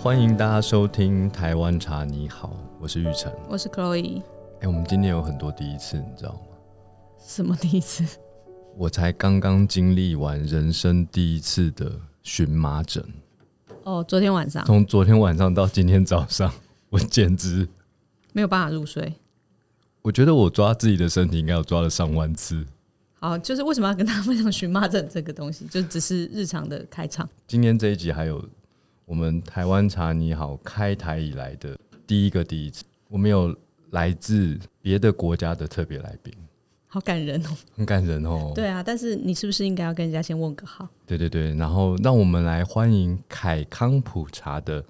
欢迎大家收听《台湾茶你好》，我是玉成。我是 Chloe。哎、我们今天有很多第一次，你知道吗？什么第一次？我才刚刚经历完人生第一次的荨麻疹，哦，昨天晚上从昨天晚上到今天早上， 我简直，没有办法入睡。我觉得我抓自己的身体应该有抓了上万次。好，就是为什么要跟大家分享荨麻疹这个东西？就只是日常的开场。今天这一集还有我们《台湾茶你好》开台以来的第一个第一次，我们有来自别的国家的特别来宾，好感人哦！很感人哦。对啊，但是你是不是应该要跟人家先问个好？对对对，然后让我们来欢迎凯康普茶的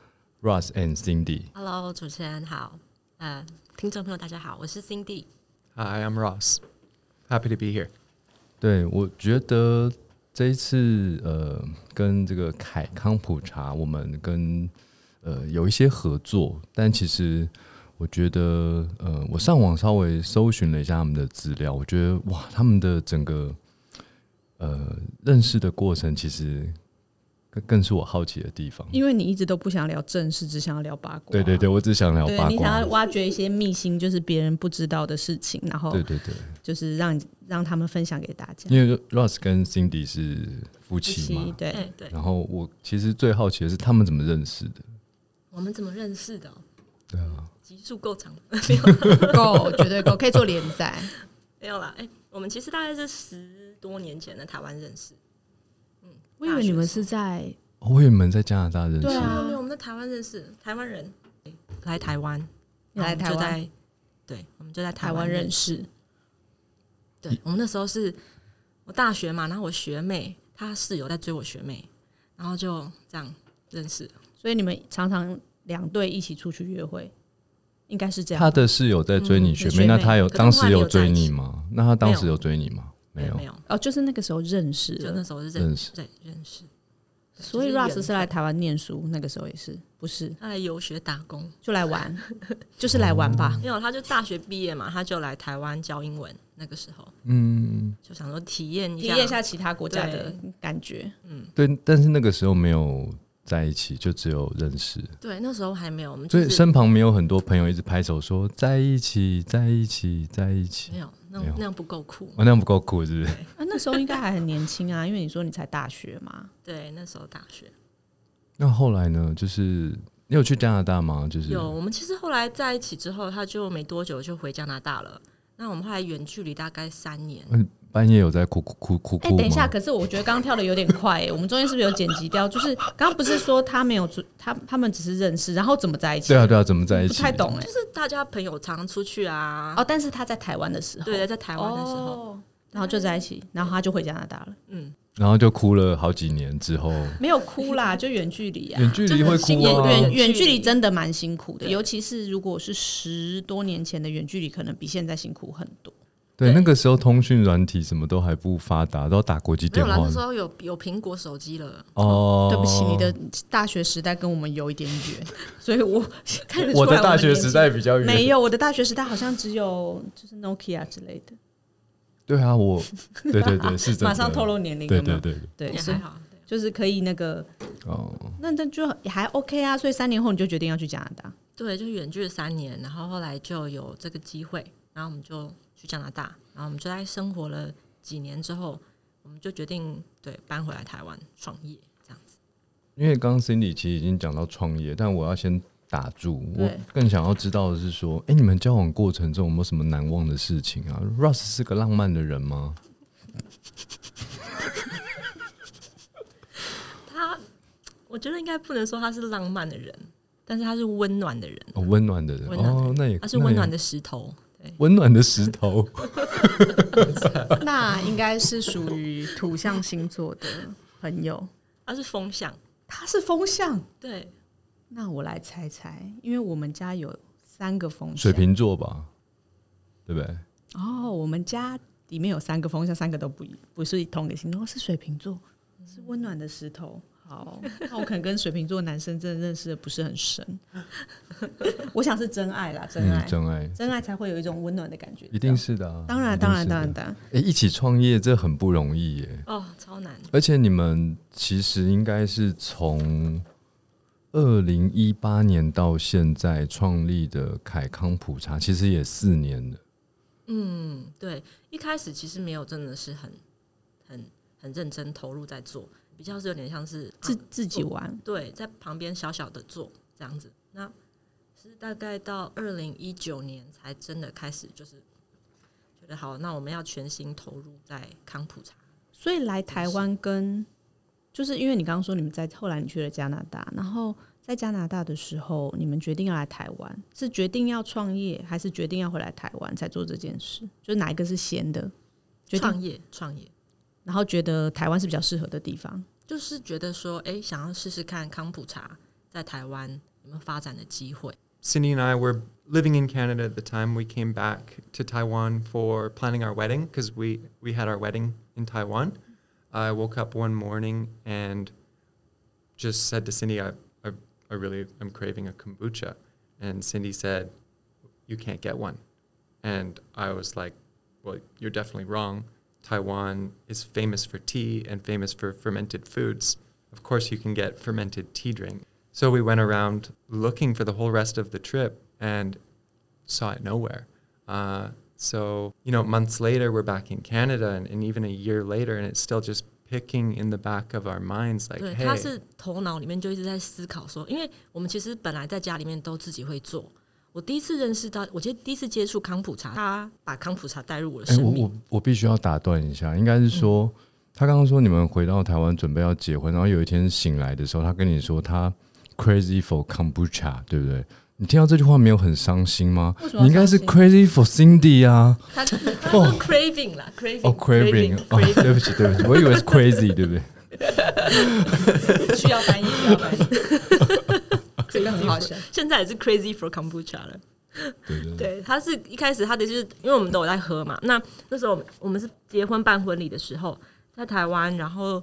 Russ and Cindy。 Hello，主持人好，呃，听众朋友大家好，我是 Cindy。 Hi, I'm Ross. Happy to be here. 对我觉得这一次呃，跟这个凯康普茶，我们跟呃有一些合作，但其实我觉得呃，我上网稍微搜寻了一下他们的资料，我觉得哇，他们的整个呃认识的过程，其实更更是我好奇的地方。因为你一直都不想聊正事，只想要聊八卦。对对对，我只想聊对八你想卦要。挖掘一些秘辛，就是别人不知道的事情，然后对对对。就是让让他们分享给大家。因为 Ross 跟 Cindy 是夫一妻起嘛， 对，哎对对，然后我其实最好奇的是他们怎么认识的。我们怎么认识的、哦？对啊，集数够长吗， 够绝对够，可以做连载。没有啦。哎、我们其实大概是十多年前的台湾认识。 我以为你们是在我以为你们在加拿大认识对的，啊哦没有没有，我们在台湾认识，台湾人来台湾，你来然台后我湾们就在对，我们就在台台湾湾认认识。识，对，我们那时候是我大学嘛，然后我学妹她室友在追我学妹，然后就这样认识。所以你们常常两队一起出去约会，应该是这样他。的室友在追你学啊嗯妹，学妹那他有可是当时后来没有有追在一你起吗？那他当时没有有追你吗？没有没，有，哦，就是那个时候认识就的那，时候是认认识。对认识，所以就是 Russ 缘是来台湾念书，那个时候也是，不是她来游学打工。就来玩， 就是来玩吧。哦没有，他就大学毕业嘛，他就来台湾教英文。那个时候嗯，就想说体验一体下，验一下其他国家的感觉，对，但是那个时候没有在一起，就只有认识，对，那时候还没有，我们就所以是身旁没有很多朋友一直拍手说在一起，在一起，在一起没。有，那没有那样不够酷。哦，那样不够酷是不是？啊，那时候应该还很年轻啊，因为你说你才大学 嘛，对，那时候大学那后来呢？就是你有去加拿大吗？就是有，我们其实后来在一起之后，他就没多久就回加拿大了。那我们后来远距离大概三年，半夜有在哭哭哭哭哭哎、吗？等一下，可是我觉得刚刚跳的有点快、哎，我们中间是不是有剪辑掉？就是刚刚不是说他没有住，他他们只是认识，然后怎么在一起？对啊，对啊，怎么在一不起？太懂哎、就是大家朋友常常出去啊，哦，但是他在台湾的时候，对，在台湾的时候，哦，然后就在一起，然后他就回加拿大了，嗯，然后就哭了好几年之后， 没有哭啦，就远距离啊，远距离会辛哭苦啊的。远人远距距离离真的蛮辛苦的，对尤其是如果是十多年前的远距离，可能比现在辛苦很多。对，对那个时候通讯软体什么都还不发达，都要打国际没电有啦，话那时。候有有苹果手机了，哦，对不起，你的大学时代跟我们有一点远， 所 以我看得出来我的们大学年纪时代比较远。没有，我的大学时代好像只有就是 Nokia 之类的，啊对啊，我对对对是真的。马上透露年龄对了对嘛？对，对对，也所以还好。对就是可以那个，哦，那那就也还 OK 啊。所以三年后你就决定要去加拿大，对，就远距了三年，然后后来就有这个机会，然后我们就去加拿大，然后我们就在生活了几年之后，我们就决定对搬回来台湾创业这样子。因为刚刚 Cindy 其实已经讲到创业，但我要先打住。对我更想要知道的是说，哎，你们交往过程中有没有什么难忘的事情啊？Russ 是个浪漫的人吗？他，我觉得应该不能说他是浪漫的人，但是他是温暖的人，哦，温暖的人温暖的哦，那也他是温那也暖的石头。对，温暖的石头。 那应该是属于土象星座的朋友，他是风向。他是风象。对，那我来猜猜，因为我们家有三个风水向，瓶座吧，对不对？哦，我们家里面有三个风向，三个都不一不是同一个星座，是水瓶座，是温暖的石头。好，那我可能跟水瓶座男生真的认识的不是很深， 我想是真爱啦，真爱，嗯，真爱真爱才会有一种温暖的感觉。一定是的啊、当然，一定当是然，的当然，。当然，哎、一起创业这很不容易耶，哦，超难。而且你们其实应该是从二零一八年到现在创立的凯康普茶，其实也四年了。嗯，对，一开始其实没有真的是很很很认真投入在做，比较是有点像是啊自自己玩，对，在旁边小小的做这样子。那是大概到二零一九年才真的开始，就是觉得好，那我们要全心投入在康普茶。所以来台湾跟就是因为你刚刚说你们在后来你去了加拿大，然后在加拿大的时候，你们决定要来台湾，是决定要创业，还是决定要回来台湾才做这件事？就是哪一个是先的？决定，创业，创业，然后觉得台湾是比较适合的地方。就是觉得说，哎、想要试试看康普茶在台湾有没有发展的机会。 Cindy and I were living in Canada at the time we came back to Taiwan for planning our wedding because we, we had our wedding in Taiwan. I woke up one morning and just said to Cindy, I, I, I really am craving a kombucha. And Cindy said, You can't get one. And I was like, Well, you're definitely wrong. Taiwan is famous for tea and famous for fermented foods. Of course, you can get fermented tea drink. So we went around looking for the whole rest of the trip and saw it nowhere. Uh, so, you know, months later, we're back in Canada and, and even a year later, and it's still just picking in the back of our minds like, 对， hey, 他是头脑里面就一直在思考说，因为我们其实本来在家里面都自己会做。我第一次认识到，我记得第一次接触康普茶，他把康普茶带入我的哎、生我命。我我必须要打断一下，应该是说，他刚刚说你们回到台湾准备要结婚，然后有一天醒来的时候，他跟你说他 crazy for kombucha，对不对？你听到这句话没有很伤心吗为什？么要你应该是伤 crazy for Cindy 啊。 他他说哦 craving 啦，craving，哦，craving，哦， craving，对不起，对不起，我以为是 crazy，对不对？需要翻译，需要翻译， 这个很好笑。 现在也是 crazy for kombucha 了。对对对。对，他是一开始他的就是因为我们都有在喝嘛，那那时候我们我们是结婚办婚礼的时候在台湾，然后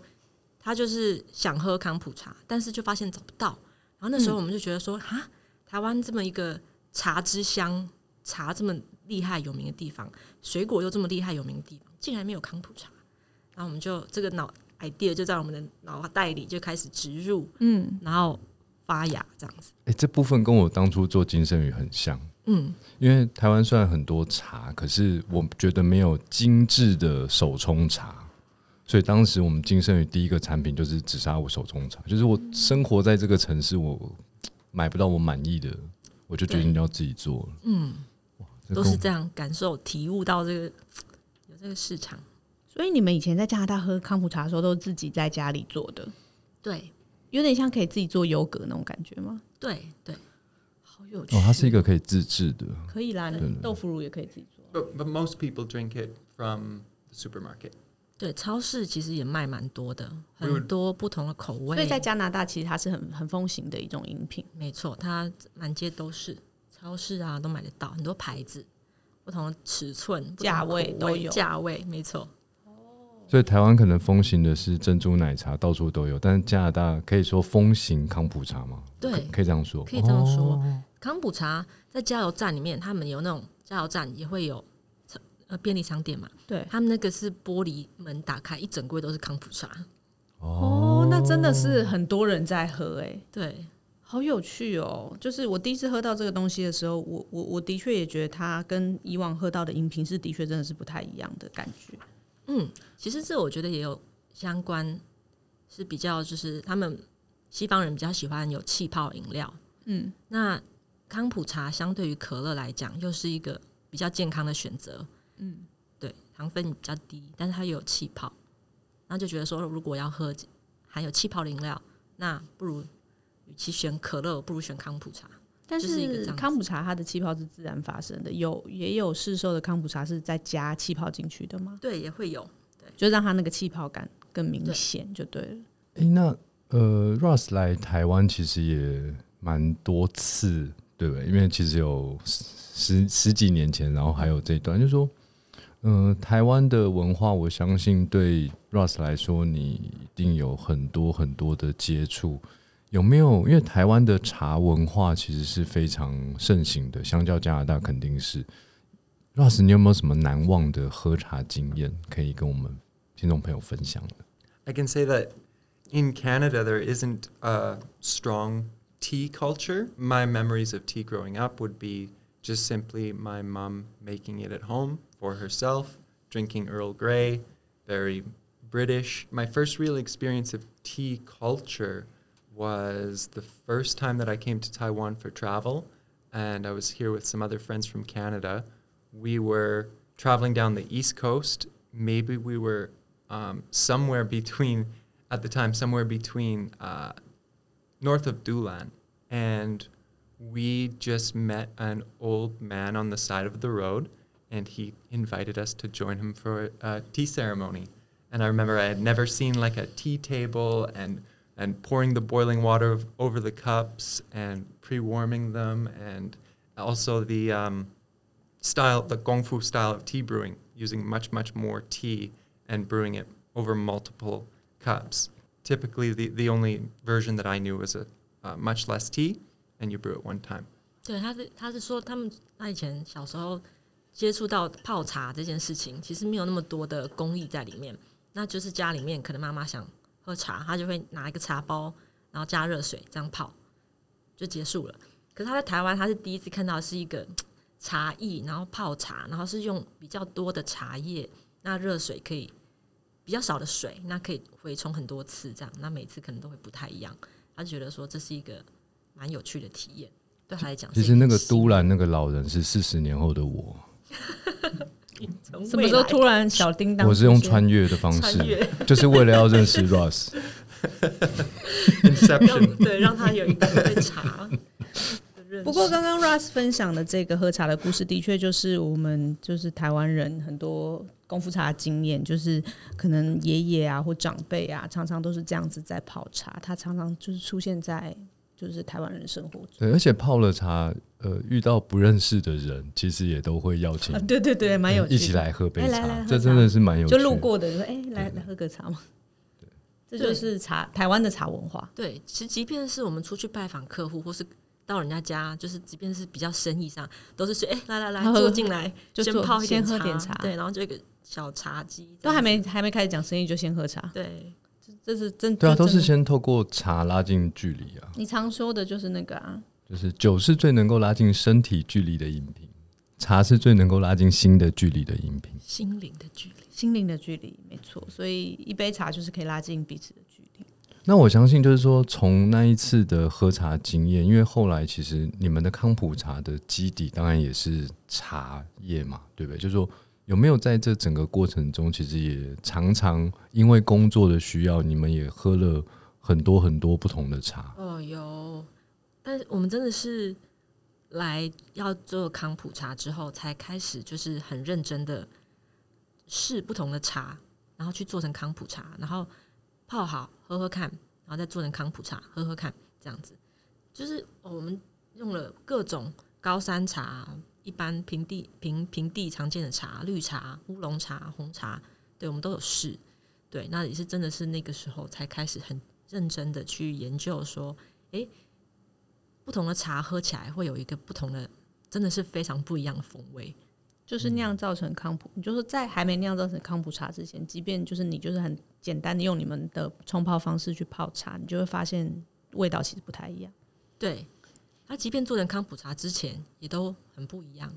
他就是想喝康普茶，但是就发现找不到，然后那时候我们就觉得嗯说，啊、台湾这么一个茶之乡，茶这么厉害有名的地方，水果又这么厉害有名的地方，竟然没有康普茶，然后我们就这个脑 idea 就在我们的脑袋里就开始植入，嗯，然后发芽这样子，哎、这部分跟我当初做金生鱼很像，嗯，因为台湾虽然很多茶，可是我觉得没有精致的手冲茶，所以当时我们金生鱼第一个产品就是紫砂壶手冲茶，就是嗯我生活在这个城市，我买不到我满意的，我就决定要自己做了。嗯，哇，都是这样感受体悟到这个有这个市场。所以你们以前在加拿大喝康普茶的时候，都是自己在家里做的，对有点像可以自己做优格那种感觉吗？对对，好有趣哦，它是一个可以自制的。可以啦，你豆腐乳也可以自己做。 but, but most people drink it from the supermarket. 对，超市其实也卖蛮多的，很多不同的口所以味。在加拿大其实它是很很风行的一种饮品。没错，它满街都是，超市啊都买得到，很多牌子，不同的尺寸、不同的价位口都有价位没错。所以台湾可能风行的是珍珠奶茶，到处都有，但是加拿大可以说风行康普茶吗？对可可以这样说，可以这样说哦康普茶在加油站里面，他们有那种加油站也会有呃便利商店嘛，对，他们那个是玻璃门打开，一整柜都是康普茶。哦，那真的是很多人在喝哎、对，好有趣哦！就是我第一次喝到这个东西的时候，我我我的确也觉得它跟以往喝到的饮品是的确真的是不太一样的感觉。嗯，其实这我觉得也有相关，是比较就是他们西方人比较喜欢有气泡饮料，嗯，那康普茶相对于可乐来讲，又是一个比较健康的选择，嗯，对，糖分比较低，但是它又有气泡，那就觉得说如果要喝含有气泡的饮料，那不如与其选可乐，不如选康普茶，但就是一个这是样子康普茶它的气泡是自然发生的，有也有市售的康普茶是在加气泡进去的吗？对，也会有，就让它那个气泡感更明显就对了。诶，那呃，Russ 来台湾其实也蛮多次，对不对？因为其实有十十十几年前，然后还有这一段，就是说，嗯、台湾的文化，我相信对 Russ 来说，你一定有很多很多的接触。有没有？因为台湾的茶文化其实是非常盛行的，相较加拿大肯定是。Russ，你有没有什么难忘的喝茶经验可以跟我们听众朋友分享的？ I can say that in Canada, there isn't a strong tea culture, my memories of tea growing up would be just simply my mom making it at home for herself, drinking Earl Grey, very British. My first real experience of tea culture was the first time that I came to Taiwan for travel, and I was here with some other friends from Canada. We were traveling down the East Coast. Maybe we were um, somewhere between, at the time, somewhere between uh, north of Dulan, and we just met an old man on the side of the road, and he invited us to join him for a tea ceremony. And I remember I had never seen like a tea table and and pouring the boiling water of- over the cups and pre-warming them, and also the um, style, the Gong Fu style of tea brewing, using much, much more tea and brewing it over multiple cups. Typically, the, the only version that I knew was a uh, much less tea, and you brew it one time. 对，他是他是说他们那以前小时候接触到泡茶这件事情，其实没有那么多的工艺在里面，那就是家里面可能妈妈想喝茶，她就会拿一个茶包，然后加热水这样泡，就结束了。可是他在台湾，他是第一次看到是一个嘖茶艺，然后泡茶，然后是用比较多的茶叶，那热水可以比较少的水，那可以回冲很多次这样，那每次可能都会不太一样。他就觉得说这是一个蛮有趣的体验，对他来讲是其一新实的。那个都兰那个老人是四十年后的我，什么时候突然小叮当？我是用穿越的方式穿越，就是为了要认识 Russ。 Inception. 让对让他有一个对茶的认识。不过刚刚 Russ 分享的这个喝茶的故事，的确就是我们就是台湾人很多功夫茶的经验，就是可能爷爷啊或长辈啊，常常都是这样子在泡茶，它常常就是出现在就是台湾人生活中。对，而且泡了茶，呃，遇到不认识的人，其实也都会邀请嗯啊，对对对，蛮有趣的。一起来喝杯哎来来茶喝，这茶真的是蛮有趣就的。路过的就说：“哎、来来喝个茶嘛。”这就是茶台湾的茶文化。对，其实即便是我们出去拜访客户，或是到人家家，就是即便是比较生意上，都是说哎、来来来喝坐进来，就先坐泡一点先喝茶，点茶对，然后就一个小茶几，都还没还没开始讲生意，就先喝茶，对这是真对啊，这都是真的先透过茶拉近距离啊，你常说的就是那个啊，就是酒是最能够拉近身体距离的饮品，茶是最能够拉近心的距离的饮品。心灵的距离。心灵的距离，没错。所以一杯茶就是可以拉近彼此的距离。那我相信，就是说，从那一次的喝茶经验，因为后来其实你们的康普茶的基底当然也是茶叶嘛，对不对？就是说，有没有在这整个过程中，其实也常常因为工作的需要，你们也喝了很多很多不同的茶。哦，有，但是我们真的是来要做康普茶之后，才开始就是很认真的试不同的茶，然后去做成康普茶，然后泡好喝喝看，然后再做成康普茶喝喝看，这样子。就是、哦我们用了各种高山茶、一般平地平平地常见的茶、绿茶、乌龙茶、红茶，对我们都有试。对，那也是真的是那个时候才开始很认真的去研究说，诶，不同的茶喝起来会有一个不同的，真的是非常不一样的风味。就是酿造成康普，你就说在还没酿造成康普茶之前，即便就是你就是很简单的用你们的冲泡方式去泡茶，你就会发现味道其实不太一样。对，它即便做成康普茶之前，也都很不一样。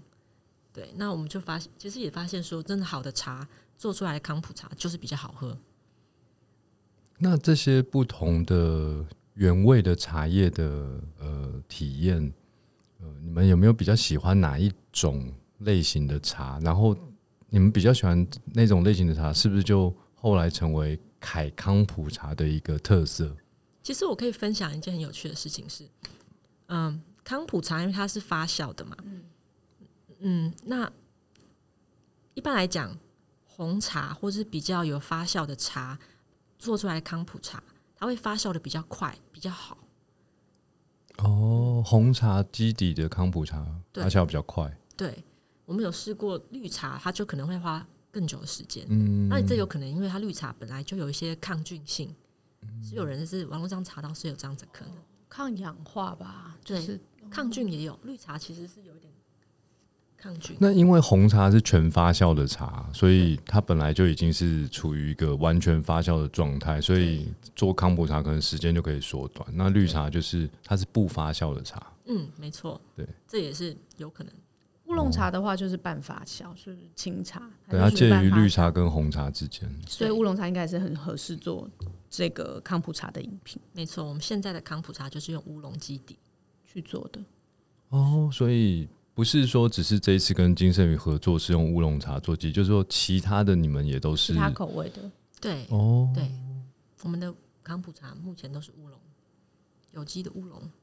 对，那我们就发现，其实也发现说，真的好的茶做出来的康普茶就是比较好喝。那这些不同的原味的茶叶的呃体验，呃，你们有没有比较喜欢哪一种类型的茶？然后你们比较喜欢那种类型的茶，是不是就后来成为凯康普茶的一个特色？其实我可以分享一件很有趣的事情是，嗯，康普茶因为它是发酵的嘛，嗯，那一般来讲，红茶或是比较有发酵的茶做出来的康普茶，它会发酵的比较快，比较好。哦，红茶基底的康普茶对发酵比较快，对我们有试过绿茶，它就可能会花更久的时间。嗯，那你这有可能因为它绿茶本来就有一些抗菌性，是有人是网络上查到是有这样子的可能。抗氧化吧，就对是抗菌也有，绿茶其实是有一点抗菌。那因为红茶是全发酵的茶，所以它本来就已经是处于一个完全发酵的状态，所以做康普茶可能时间就可以缩短。那绿茶就是它是不发酵的茶，嗯，没错，对，这也是有可能。乌龙茶的话就是半发酵，就是清茶，对，它介于绿茶，茶跟红茶之间。所以乌龙茶应该是很合适做这个康普茶的饮品没错，我们现在的康普茶就是用乌龙基底，去做的。哦，所以不是说只是这一次跟金圣宇合作是用乌龙茶做基，就是说其他的你们也都其是他口味的，对哦，对，我们的康普茶目前都是乌龙，有机的乌龙。所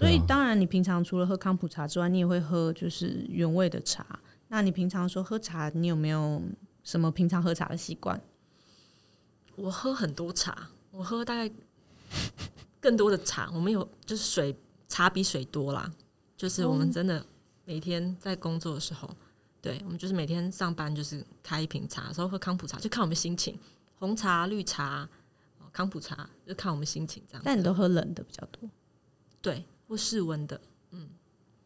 对啊以当然你平常除了喝康普茶之外，你也会喝就是原味的茶。那你平常说喝茶，你有没有什么平常喝茶的习惯？我喝很多茶，我喝大概更多的茶。我们有就是水茶比水多啦，哦就是我们真的每天在工作的时候，对我们就是每天上班就是开一瓶茶，有时候喝康普茶就看我们心情，红茶、绿茶、哦康普茶就看我们心情这样。但你都喝冷的比较多，对，或室温的，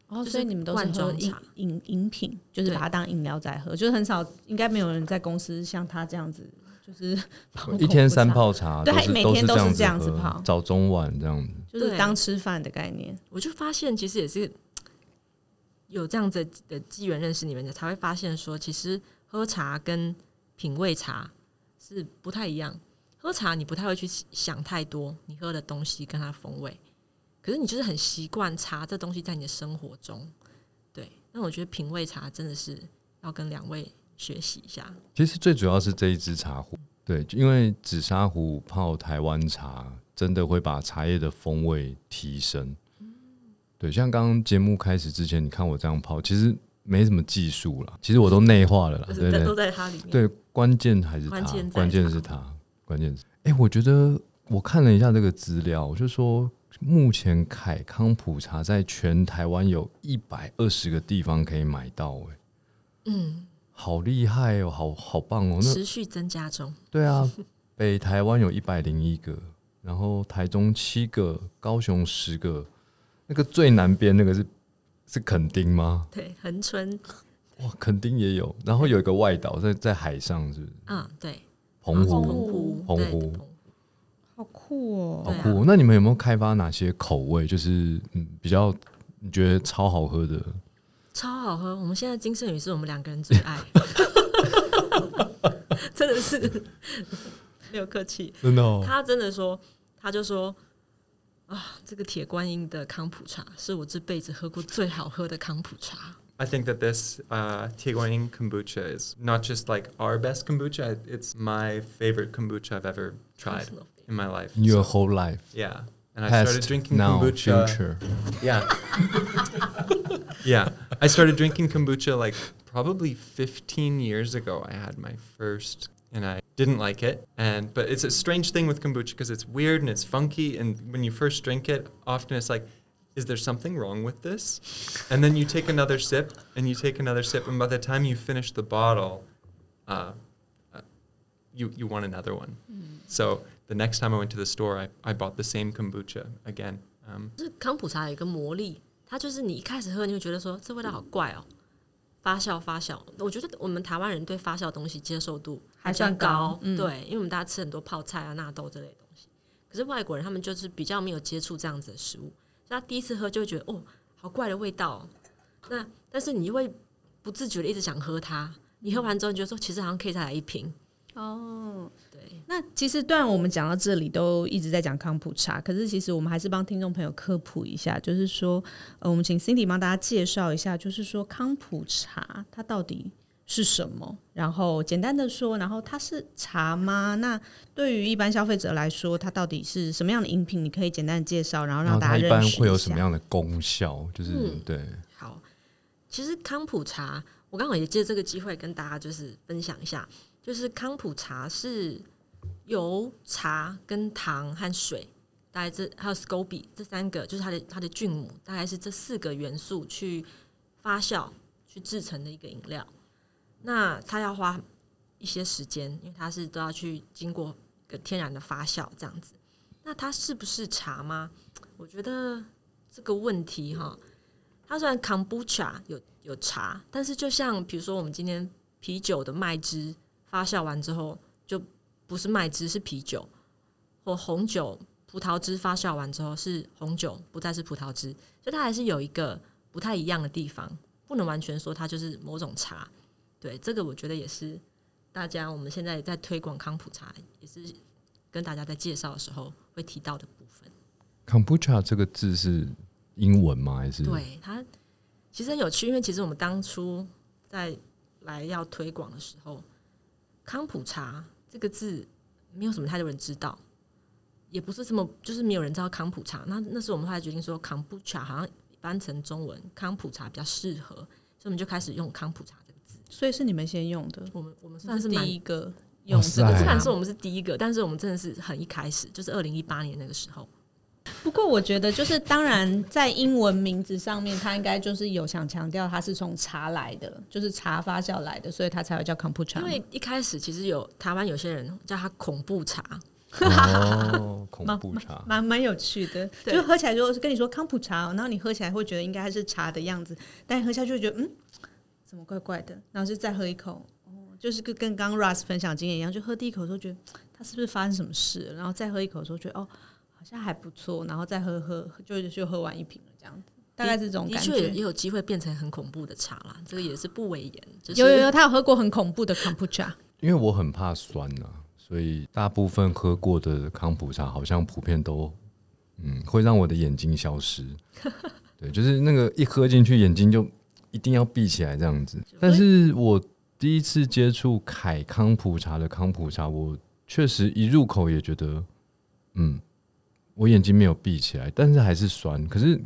哦，就是所以你们都是罐喝装饮茶饮饮品，就是对把它当饮料在喝，就是很少，应该没有人在公司像他这样子，就是泡一天口服三茶，泡茶，对都是每天都这样是子这样子喝泡早中晚这样子。就是对当吃饭的概念。我就发现其实也是有这样子的机缘认识你们的，才会发现说，其实喝茶跟品味茶是不太一样。喝茶你不太会去想太多，你喝的东西跟它的风味，可是你就是很习惯茶这东西在你的生活中。对，那我觉得品味茶真的是要跟两位学习一下。其实最主要是这一支茶壶，对，因为紫砂壶泡台湾茶，真的会把茶叶的风味提升。对，像刚刚节目开始之前，你看我这样泡，其实没什么技术啦，其实我都内化了啦就，是对在对都在它里面。对，关键还是他关键在，关键他是他，关键是。哎、我觉得我看了一下这个资料，我就说，目前凯康普茶在全台湾有一百二十个地方可以买到、哎，嗯，好厉害哦，好好棒哦。那持续增加中。对啊，北台湾有一百零一个，然后台中七个，高雄十个，那个最南边那个是是垦丁吗？对，恒春，哇，垦丁也有，然后有一个外岛在在海上，是不是？嗯，对，澎湖，澎湖，澎对湖澎湖。好酷哦！好对啊酷哦！那你们有没有开发哪些口味？就是嗯，比较你觉得超好喝的？超好喝！我们现在金圣宇是我们两个人最爱， 真的是没有客气。真的哦，他真的说，他就说啊，这个铁观音的康普茶是我这辈子喝过最好喝的康普茶。 I think that this uh, Tiguan kombucha is not just like our best kombucha, it- it's my favorite kombucha I've ever tried Personal favorite. in my life. In your So, whole life, yeah. And I started past, drinking now, kombucha. future. Yeah. yeah. I started drinking kombucha like probably 15 years ago. I had my first and I didn't like it. And but it's a strange thing with kombucha because it's weird and it's funky and when you first drink it, often it's like is there something wrong with this? And then you take another sip and you take another sip and by the time you finish the bottle, uh, uh, you you want another one. So the next time I went to the store, I, I bought the same kombucha again. Um, 就是康普茶有一个魔力，它就是你一开始喝，你会觉得说这味道好怪哦，发酵发酵。我觉得我们台湾人对发酵的东西接受度还比较算高嗯对，因为我们大家吃很多泡菜啊、纳豆这类的东西。可是外国人他们就是比较没有接触这样子的食物，所以他第一次喝就会觉得哦，好怪的味道、哦。那但是你就会不自觉的一直想喝它，你喝完之后你就说其实好像可以再来一瓶。哦，对，那其实虽然我们讲到这里都一直在讲康普茶，可是其实我们还是帮听众朋友科普一下，就是说，呃，我们请 Cindy 帮大家介绍一下，就是说康普茶它到底是什么？然后简单的说，然后它是茶吗？那对于一般消费者来说，它到底是什么样的饮品？你可以简单地介绍，然后然让后大家它一认般识会有一什么下样的功效？就是、嗯对，好，其实康普茶，我刚好也借这个机会跟大家就是分享一下，就是康普茶是由茶跟糖和水，大概这还有 SCOBY 这三个，就是它的它的菌母，大概是这四个元素去发酵去制成的一个饮料。那它要花一些时间，因为它是都要去经过一个天然的发酵这样子。那它是不是茶吗？我觉得这个问题哈，它虽然 kombucha 有有有茶，但是就像比如说我们今天啤酒的麦汁发酵完之后，就不是麦汁是啤酒，或红酒葡萄汁发酵完之后是红酒，不再是葡萄汁，所以它还是有一个不太一样的地方，不能完全说它就是某种茶。对，这个我觉得也是大家我们现在也在推广康普茶，也是跟大家在介绍的时候会提到的部分。 Kombucha 这个字是英文吗？还是对它其实很有趣，因为其实我们当初在来要推广的时候，康普茶这个字没有什么太多人知道，也不是这么就是没有人知道康普茶。那那时候我们后来决定说，康普茶好像翻成中文康普茶比较适合，所以我们就开始用康普茶这个字。所以是你们先用的，我们我们算算是是蛮第一个哇用塞这个哎虽茶然说我们是第一个，但是我们真的是很一开始，就是二零一八年那个时候，不过我觉得，就是当然在英文名字上面，它应该就是有想强调它是从茶来的，就是茶发酵来的，所以它才会叫 kombucha 因嘛。为一开始其实有台湾有些人叫它恐怖茶，哦，恐怖茶蛮蛮有趣的，对就喝起来就跟你说康普茶哦，然后你喝起来会觉得应该还是茶的样子，但喝下去会觉得嗯，怎么怪怪的，然后就再喝一口，哦，就是跟跟刚刚 Russ 分享经验一样，就喝第一口的时候觉得嗯它是不是发生什么事了，然后再喝一口的时候觉得哦，好像还不错，然后再喝喝就就喝完一瓶了这样子，大概是这种的感确也觉。也有机会变成很恐怖的茶啦，这个也是不为言。就是、有有有，他有喝过很恐怖的 kombucha，因为我很怕酸呐、所以大部分喝过的康普茶好像普遍都，嗯，会让我的眼睛消失。 对，就是那个一喝进去，眼睛就一定要闭起来这样子。但是我第一次接触凯康普茶的康普茶，我确实一入口也觉得，嗯，我眼睛没有闭起来，但是还是酸。可是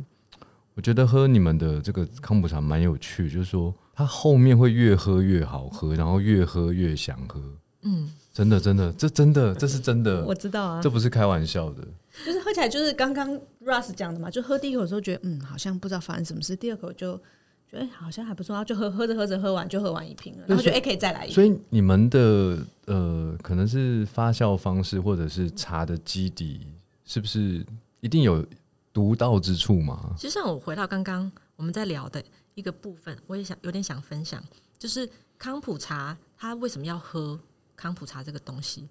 我觉得喝你们的这个康普茶蛮有趣，就是说它后面会越喝越好喝，然后越喝越想喝。嗯，真的，真的，这真的，这是真呃的我，知道啊这，不是开玩笑的。就是喝起来就是刚刚 Russ 讲的嘛，就喝第一口的时候觉得嗯，好像不知道发生什么事，第二口就觉得、哎好像还不错，然后就喝喝着喝着喝完就喝完一瓶了，然后就哎、可以再来一瓶。所以你们的呃，可能是发酵方式或者是茶的基底，是不是一定有独到之处嘛？其实像我回到刚刚我们在聊的一个部分，我也想有点想分享，就是康普茶它为什么要喝康普茶这个东西？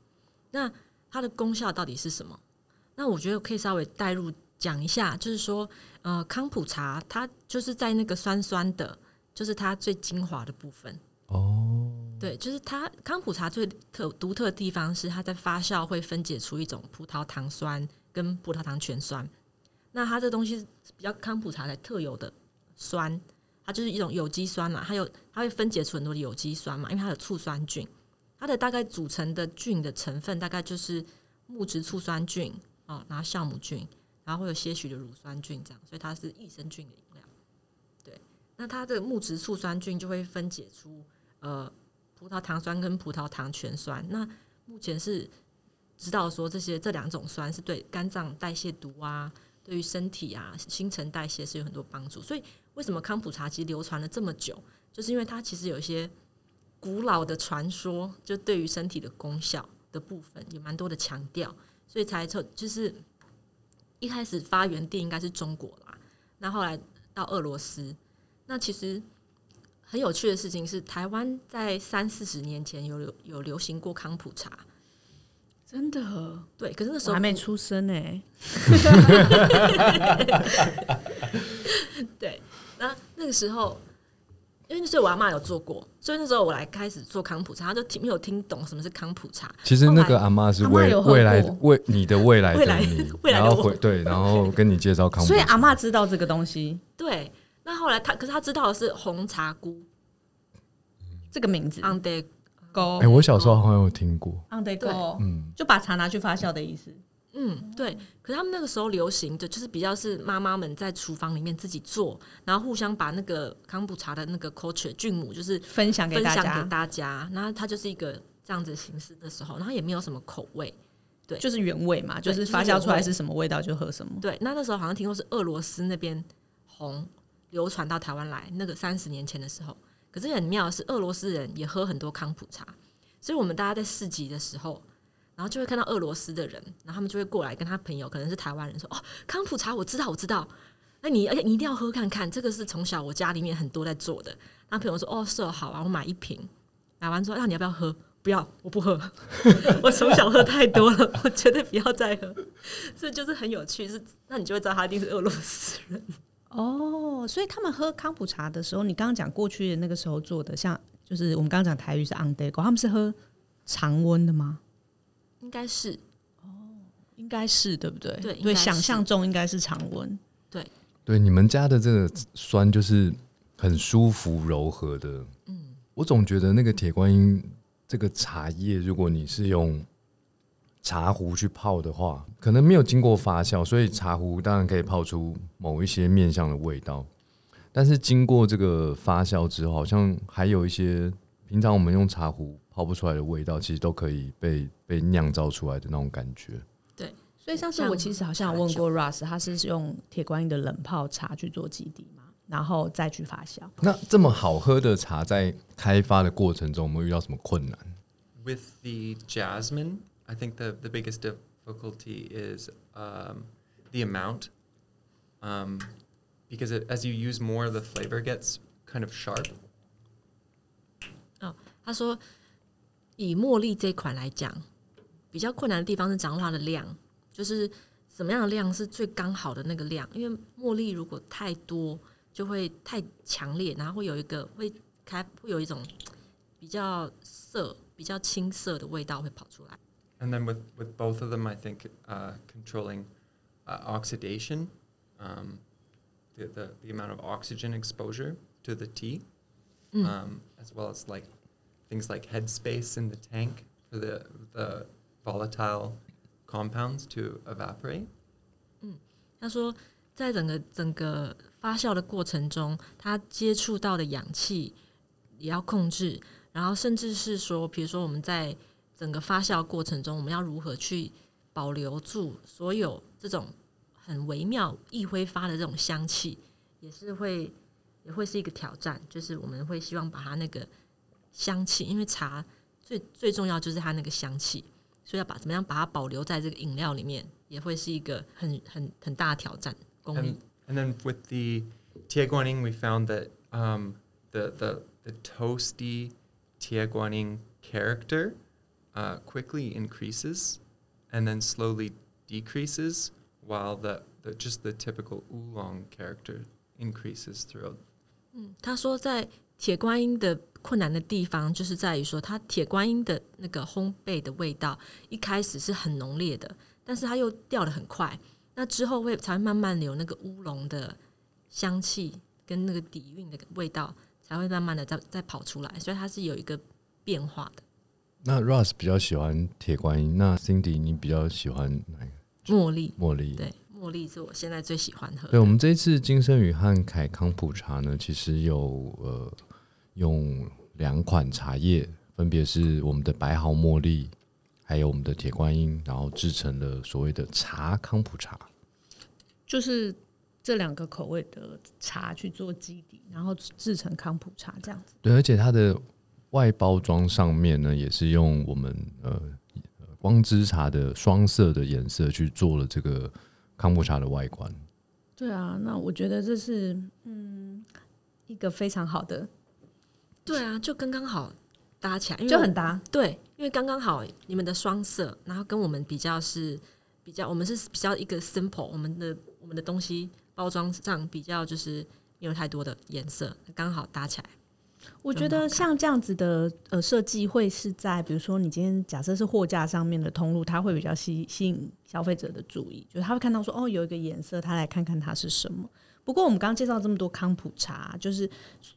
那它的功效到底是什么？那我觉得可以稍微带入讲一下，就是说，呃，康普茶它就是在那个酸酸的，就是它最精华的部分。哦，对，就是它康普茶最特独特的地方是它在发酵会分解出一种葡萄糖酸跟葡萄糖醛酸。那它这东西是比较康普茶才特有的酸，它就是一种有机酸嘛，它有它会分解出很多的有机酸嘛，因为它有醋酸菌，它的大概组成的菌的成分大概就是木质醋酸菌哦，然后酵母菌，然后会有些许的乳酸菌这样，所以它是益生菌的饮料。对，那它的木质醋酸菌就会分解出呃葡萄糖酸跟葡萄糖醛酸。那目前是知道说这些这两种酸是对肝脏代谢毒啊，对于身体啊新陈代谢是有很多帮助。所以为什么康普茶其实流传了这么久，就是因为它其实有一些古老的传说，就对于身体的功效的部分有蛮多的强调，所以才就就是一开始发源地应该是中国啦，那后来到俄罗斯，那其实。很有趣的事情是，台湾在三四十年前有流有流行过康普茶，真的，对，可是那时我候还没不出生呢、欸对，那那个时候，因为那时候我阿妈有做过，所以那时候我来开始做康普茶，她就听没有听懂什么是康普茶。其实那个阿妈是哦阿嬷未有喝过未来未你的未来未来的你，未来的然后我回对，然后跟你介绍康普所以茶。阿嬷知道这个东西对，那后来她可是她知道的是红茶菇这个名字 on day， ，go 哎，我小时候好像有听过， on the 嗯对 go，嗯，哦就把茶拿去发酵的意思。嗯，对。可是他们那个时候流行的就是比较是妈妈们在厨房里面自己做，然后互相把那个康普茶的那个 culture 菌母就是分享给分大享家给，大家，那它就是一个这样子形式的时候，然后也没有什么口味。就是原味嘛，就对是就是发酵出来原味是什么味道就喝什么。对，那那时候好像听说是俄罗斯那边红流传到台湾来，那个三十年前的时候。可是很妙的是，俄罗斯人也喝很多康普茶，所以我们大家在市集的时候，然后就会看到俄罗斯的人，然后他们就会过来跟他朋友，可能是台湾人说：“哦，康普茶我知道，我知道。”那你而且你一定要喝看看，这个是从小我家里面很多在做的。那朋友说哦是哦好啊，我买一瓶，买完之后那啊你要不要喝？不要，我不喝。 我从小喝太多了，我绝对不要再喝。所以就是很有趣，是那你就会知道他一定是俄罗斯人。哦，所以他们喝康普茶的时候，你刚刚讲过去的那个时候做的，像就是我们刚刚讲台语是 on day go，他们是喝常温的吗？应该是应该是对不对？对应对，该是想象中应该是常温。对，你们家的这个酸就是很舒服柔和的。嗯，我总觉得那个铁观音这个茶叶，如果你是用茶壶去泡的话，可能没有经过发酵，所以茶壶当然可以泡出某一些面向的味道。但是经过这个发酵之后，好像还有一些平常我们用茶壶泡不出来的味道，其实都可以被被酿造出来的那种感觉。所以上次我其实好像有问过 Russ，他是用铁观音的冷泡茶去做基底嘛，然后再去发酵。那这么好喝的茶，在开发的过程中，我们遇到什么困难？ with the jasmine, I think the, the biggest difficulty is um, the amount. Um, because it, as you use more, the flavor gets kind of sharp. 哦，他说以茉莉这一款来讲，比较困难的地方是掌握它的量，就是什么样的量是最刚好的那个量，因为茉莉如果太多就会太强烈，然后会有一个会开会有一种比较涩、比较青涩的味道会跑出来。 And then with, with both of them, I think uh, controlling uh, oxidation, um, the, the, the amount of oxygen exposure to the tea, um, as well as like things like headspace in the tank for the, the volatile compounds to evaporate. 他说，在整个整个发酵的过程中，他接触到的氧气也要控制，然后甚至是说，比如说我们在整个发酵过程中，我们要如何去保留住所有这种很微妙易挥发的这种香气，也是会也会是一个挑战。就是我们会希望把它那个香气，因为茶最最重要就是它那个香气，所以要把怎么样把它保留在这个饮料里面，也会是一个很很很大的挑战功 And,。力 and then with the Tia Guaning, we found that um, the, the, the toasty Tia Guaning character uh, quickly increases and then slowly decreases, while the, the just the typical oolong character increases throughout 他说，在铁观音的困难的地方，就是在于说，它铁观音的那个烘焙的味道一开始是很浓烈的，但是它又掉的很快。那之后会才会慢慢的有那个乌龙的香气跟那个底蕴的味道，才会慢慢的再再跑出来，所以它是有一个变化的。那 Russ 比较喜欢铁观音，那 Cindy 你比较喜欢哪一个？茉嗯莉，茉莉。对，茉莉是我现在最喜欢喝对，的。我们这一次金生宇和凯康普茶呢，其实有呃用两款茶叶，分别是我们的白毫茉莉，还有我们的铁观音，然后制成了所谓的茶康普茶。就是这两个口味的茶去做基底，然后制成康普茶这样子。对，而且它的外包装上面呢，也是用我们呃呃光之茶的双色的颜色去做了这个康普茶的外观。对啊，那我觉得这是嗯一个非常好的，对啊，就刚刚好搭起来，因为就我很搭。对，因为刚刚好你们的双色，然后跟我们比较是比较，我们是比较一个 simple，我们的我们的东西包装上比较就是没有太多的颜色，刚好搭起来。我觉得像这样子的呃设计会是在，比如说你今天假设是货架上面的通路，它会比较吸吸引消费者的注意，就是他会看到说哦有一个颜色，他来看看它是什么。不过我们刚刚介绍这么多康普茶，就是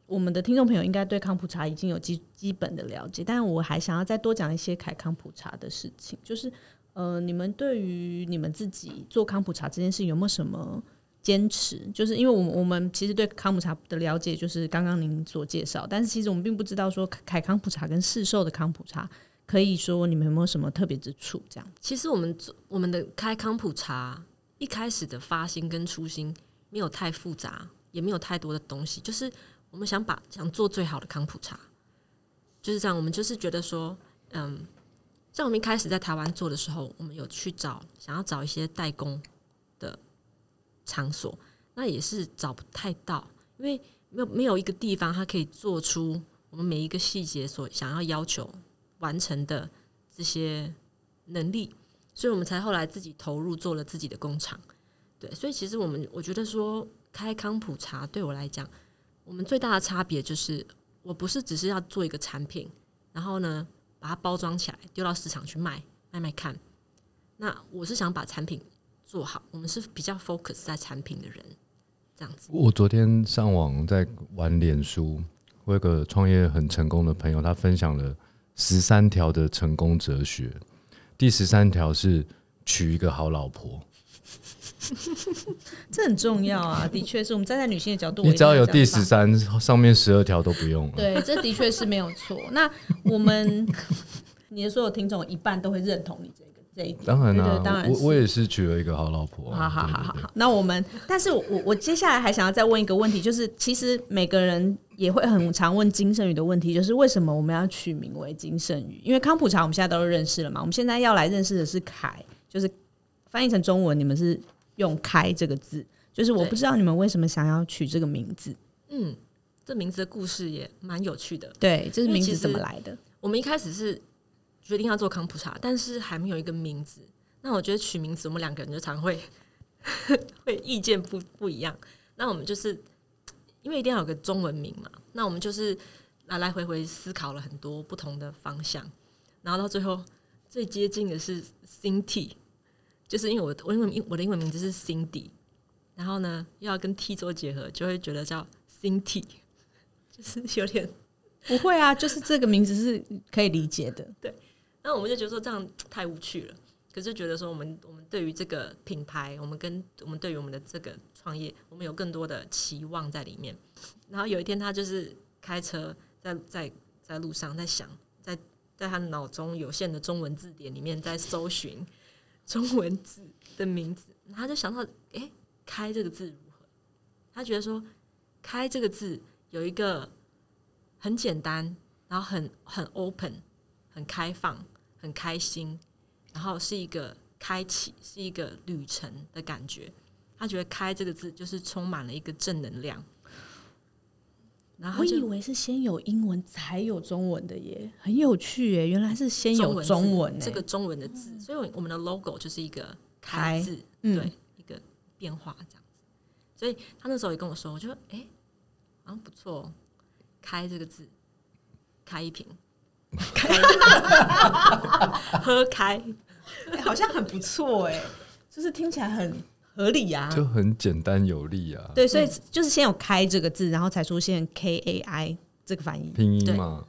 我们的听众朋友应该对康普茶已经有基基本的了解，但我还想要再多讲一些凯康普茶的事情，就是呃，你们对于你们自己做康普茶这件事有没有什么坚持，就是因为我们我们其实对康普茶的了解就是刚刚您所介绍，但是其实我们并不知道说凯凯康普茶跟市售的康普茶，可以说你们有没有什么特别之处？这样其实我们做我们的开康普茶一开始的发心跟初心没有太复杂，也没有太多的东西，就是我们想把想做最好的康普茶，就是这样。我们就是觉得说，嗯，像我们一开始在台湾做的时候，我们有去找想要找一些代工的场所，那也是找不太到，因为没有没有一个地方它可以做出我们每一个细节所想要要求完成的这些能力，所以我们才后来自己投入做了自己的工厂。对，所以其实我们我觉得说开康普茶对我来讲，我们最大的差别就是我不是只是要做一个产品，然后呢把它包装起来丢到市场去卖卖卖看。那我是想把产品做好，我们是比较 focus 在产品的人，这样子。我昨天上网在玩脸书，我有个创业很成功的朋友，他分享了十三条的成功哲学。第十三条是娶一个好老婆， 这很重要啊，的确是我们站在女性的角度，你只要有第我十一定三，上面十二条都不用了。要这样放，对，这的确是没有错。那我们 你的所有听众一半都会认同你这个这一点，当然啦、啊对对当然我是我也是娶了一个好老婆、好啊。好好好对对对好，那我们，但是我我我接下来还想要再问一个问题，就是其实每个人也会很常问金圣宇的问题，就是为什么我们要取名为金圣宇？因为康普茶我们现在都认识了嘛，我们现在要来认识的是凯，就是翻译成中文，你们是用“开”这个字，就是我对不知道你们为什么想要取这个名字，嗯，这名字的故事也蛮有趣的。对，这是因为名其字怎么实来的？我们一开始是决定要做康普茶，但是还没有一个名字。那我觉得取名字，我们两个人就常会 会意见不不一样。那我们就是因为一定要有个中文名嘛，那我们就是来来回回思考了很多不同的方向，然后到最后最接近的是 Cindy，就是因为我的我英文名我的英文名字是 Cindy，然后呢又要跟 T 做结合，就会觉得叫 Cindy，就是有点不会啊，就是这个名字是可以理解的，那我们就觉得说这样太无趣了，可是觉得说我们我们对于这个品牌，我们跟我们对于我们的这个创业，我们有更多的期望在里面。然后有一天他就是开车在在在路上在想，在在他脑中有限的中文字典里面在搜寻中文字的名字，然后他就想到诶，开”这个字如何？他觉得说“开”这个字有一个很简单，然后很很 open。很开放、很开心，然后是一个开启，是一个旅程的感觉。他觉得“开”这个字就是充满了一个正能量，然后我他就以为是先有英文才有中文的耶，很有趣耶，原来是先有字中文耶欸这个中文的字，所以我我们的 logo 就是一个开开字，嗯对，一个变化这样子。所以他那时候也跟我说，我就哎、诶好像不错、哦，开这个字，开一瓶，开 喝开，欸好像很不错哎、就是听起来很合理呀、就很简单有力啊，对，所以就是先有“开”这个字，然后才出现 “K A I” 这个翻译。拼音嘛，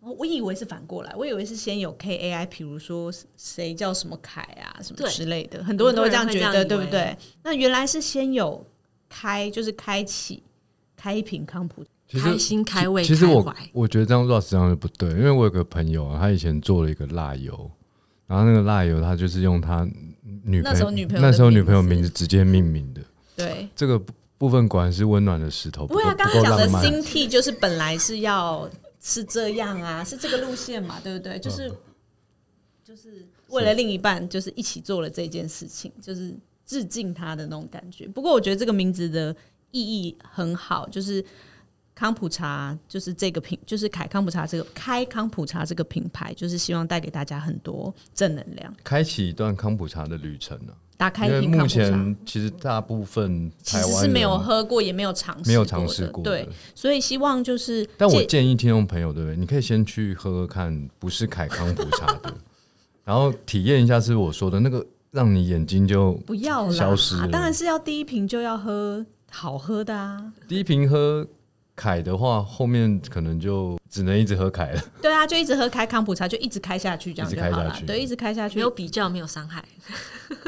哦我以为是反过来，我以为是先有 “K A I”，比如说谁叫什么凯啊，什么对之类的，很多人都会这样觉得，很对多不人会这样以为对？那原来是先有“开”，就是开启，开一瓶康普。其实开心、开胃、其实开我怀。我觉得这样做实际上就不对，因为我有个朋友、啊，他以前做了一个辣油，然后那个辣油他就是用他女那时候女朋友的那时候女朋友名字名字直接命名的，对，这个部部分果然是温暖的石头，不够会啊，刚刚不够讲的浪漫新 T 就是本来是要是这样啊，是这个路线嘛，对不对？就是、嗯就是为了另一半，就是一起做了这件事情，就是致敬他的那种感觉。不过我觉得这个名字的意义很好，就是康普茶，就是这个品，就是凯康普茶这个开康普茶这个品牌，就是希望带给大家很多正能量，开启一段康普茶的旅程啊。打开因一为瓶康目普茶。前其实大部分其台实湾是人没有喝过，也没有尝试，没有尝试过过的，的对，所以希望就是借，但我建议听众朋友，对不对？你可以先去喝喝看，不是凯康普茶的，然后体验一下是我说的那个，让你眼睛就不要啦，啊消失了当然是要第一瓶就要喝好喝的啊，第一瓶喝凯的话，后面可能就只能一直喝凯了。对啊，就一直喝开康普茶，就一直开下去，这样一直就开好下了去。对，一直开下去。没有比较，没有伤害。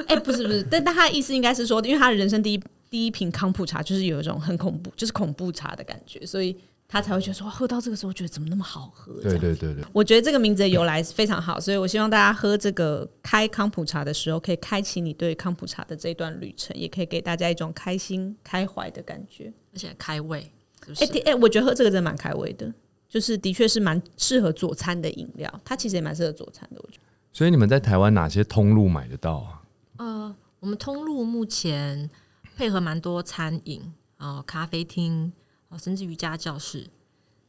哎、不是不是，但但他的意思应该是说，因为他的人生第一第一瓶康普茶就是有一种很恐怖，就是恐怖茶的感觉，所以他才会觉得说，哇喝到这个时候觉得怎么那么好喝？这对样对对对，我觉得这个名字的由来是非常好，所以我希望大家喝这个开康普茶的时候，可以开启你对康普茶的这一段旅程，也可以给大家一种开心开怀的感觉。而且开胃，是不哎、是？的哎、我觉得喝这个真的蛮开胃的，就是的确是蛮适合佐餐的饮料，它其实也蛮适合佐餐的。我觉得所以你们在台湾哪些通路买得到啊？呃，我们通路目前配合蛮多餐饮哦、咖啡厅哦，甚至瑜伽教室，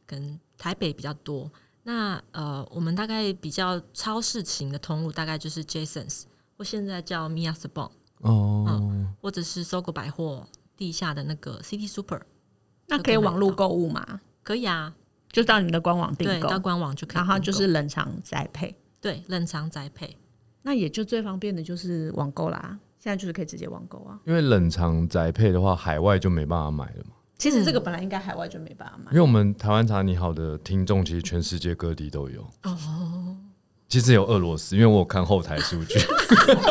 跟台北比较多。那呃，我们大概比较超市型的通路，大概就是 Jasons 或现在叫 Mia s b o n 哦，或者是搜狗百货地下的那个 City Super，那可以网络购物吗？可以啊，就到你们的官网订对，购到，官网就可以订然购。后就是冷藏栽培。对冷藏栽培，那也就最方便的就是网购啦，现在就是可以直接网购啊。因为冷藏宅配的话，海外就没办法买了嘛。其实这个本来应该海外就没办法买因，为我们台湾茶你好的听众，其实全世界各地都有哦。其实有俄罗斯，因为我有看后台数据，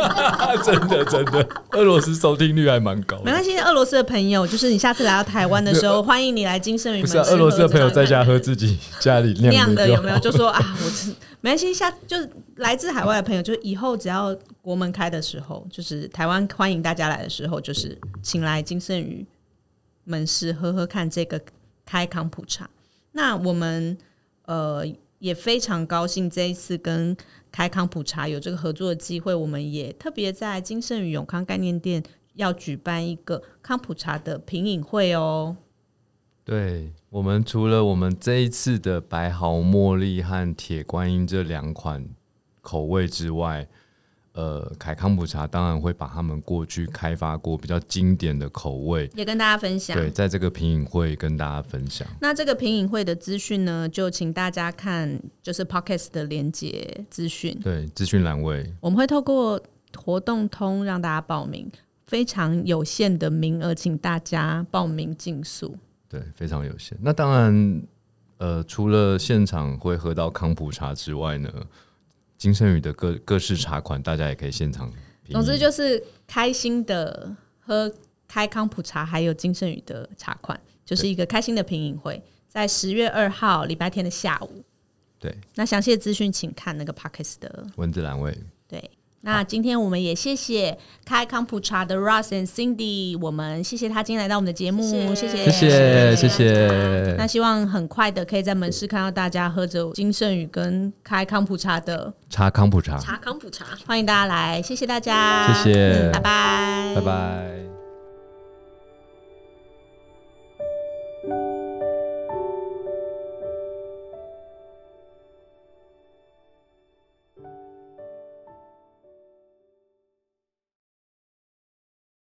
真的真的，俄罗斯收听率还蛮高没的。关系。俄罗斯的朋友，就是你下次来到台湾的时候，欢迎你来金盛云不门是吃啊喝，俄罗斯的朋友这在样家喝自己 家里酿酿的就有没有？好就说啊，我真没关系，下就是来自海外的朋友，就是以后只要国门开的时候，就是台湾欢迎大家来的时候，就是请来金圣宇门市喝喝看这个开康普茶。那我们呃也非常高兴这一次跟开康普茶有这个合作的机会，我们也特别在金圣宇永康概念店要举办一个康普茶的品饮会哦。对我们除了我们这一次的白毫茉莉和铁观音这两款口味之外，呃，凯康普茶当然会把他们过去开发过比较经典的口味，也跟大家分享，对，在这个品饮会跟大家分享。那这个品饮会的资讯呢，就请大家看就是 Podcast 的连接资讯，对，资讯栏位我们会透过活动通让大家报名，非常有限的名额，请大家报名尽速。对，非常有限。那当然，呃，除了现场会喝到康普茶之外呢，金圣宇的各各式茶款，大家也可以现场品饮。总之就是开心的喝开康普茶，还有金圣宇的茶款，就是一个开心的品饮会，在十月二号礼拜天的下午。对那详细的资讯请看那个 Podcast 的文字栏位，对，那今天我们也谢谢开康普茶的 Ross and Cindy，我们谢谢他今天来到我们的节目，谢谢谢谢谢谢谢。那希望很快的可以在门市看到大家喝着金圣宇跟开康普茶的，茶康普茶，茶康普茶。欢迎大家来，谢谢大家，谢谢嗯拜拜，拜。拜。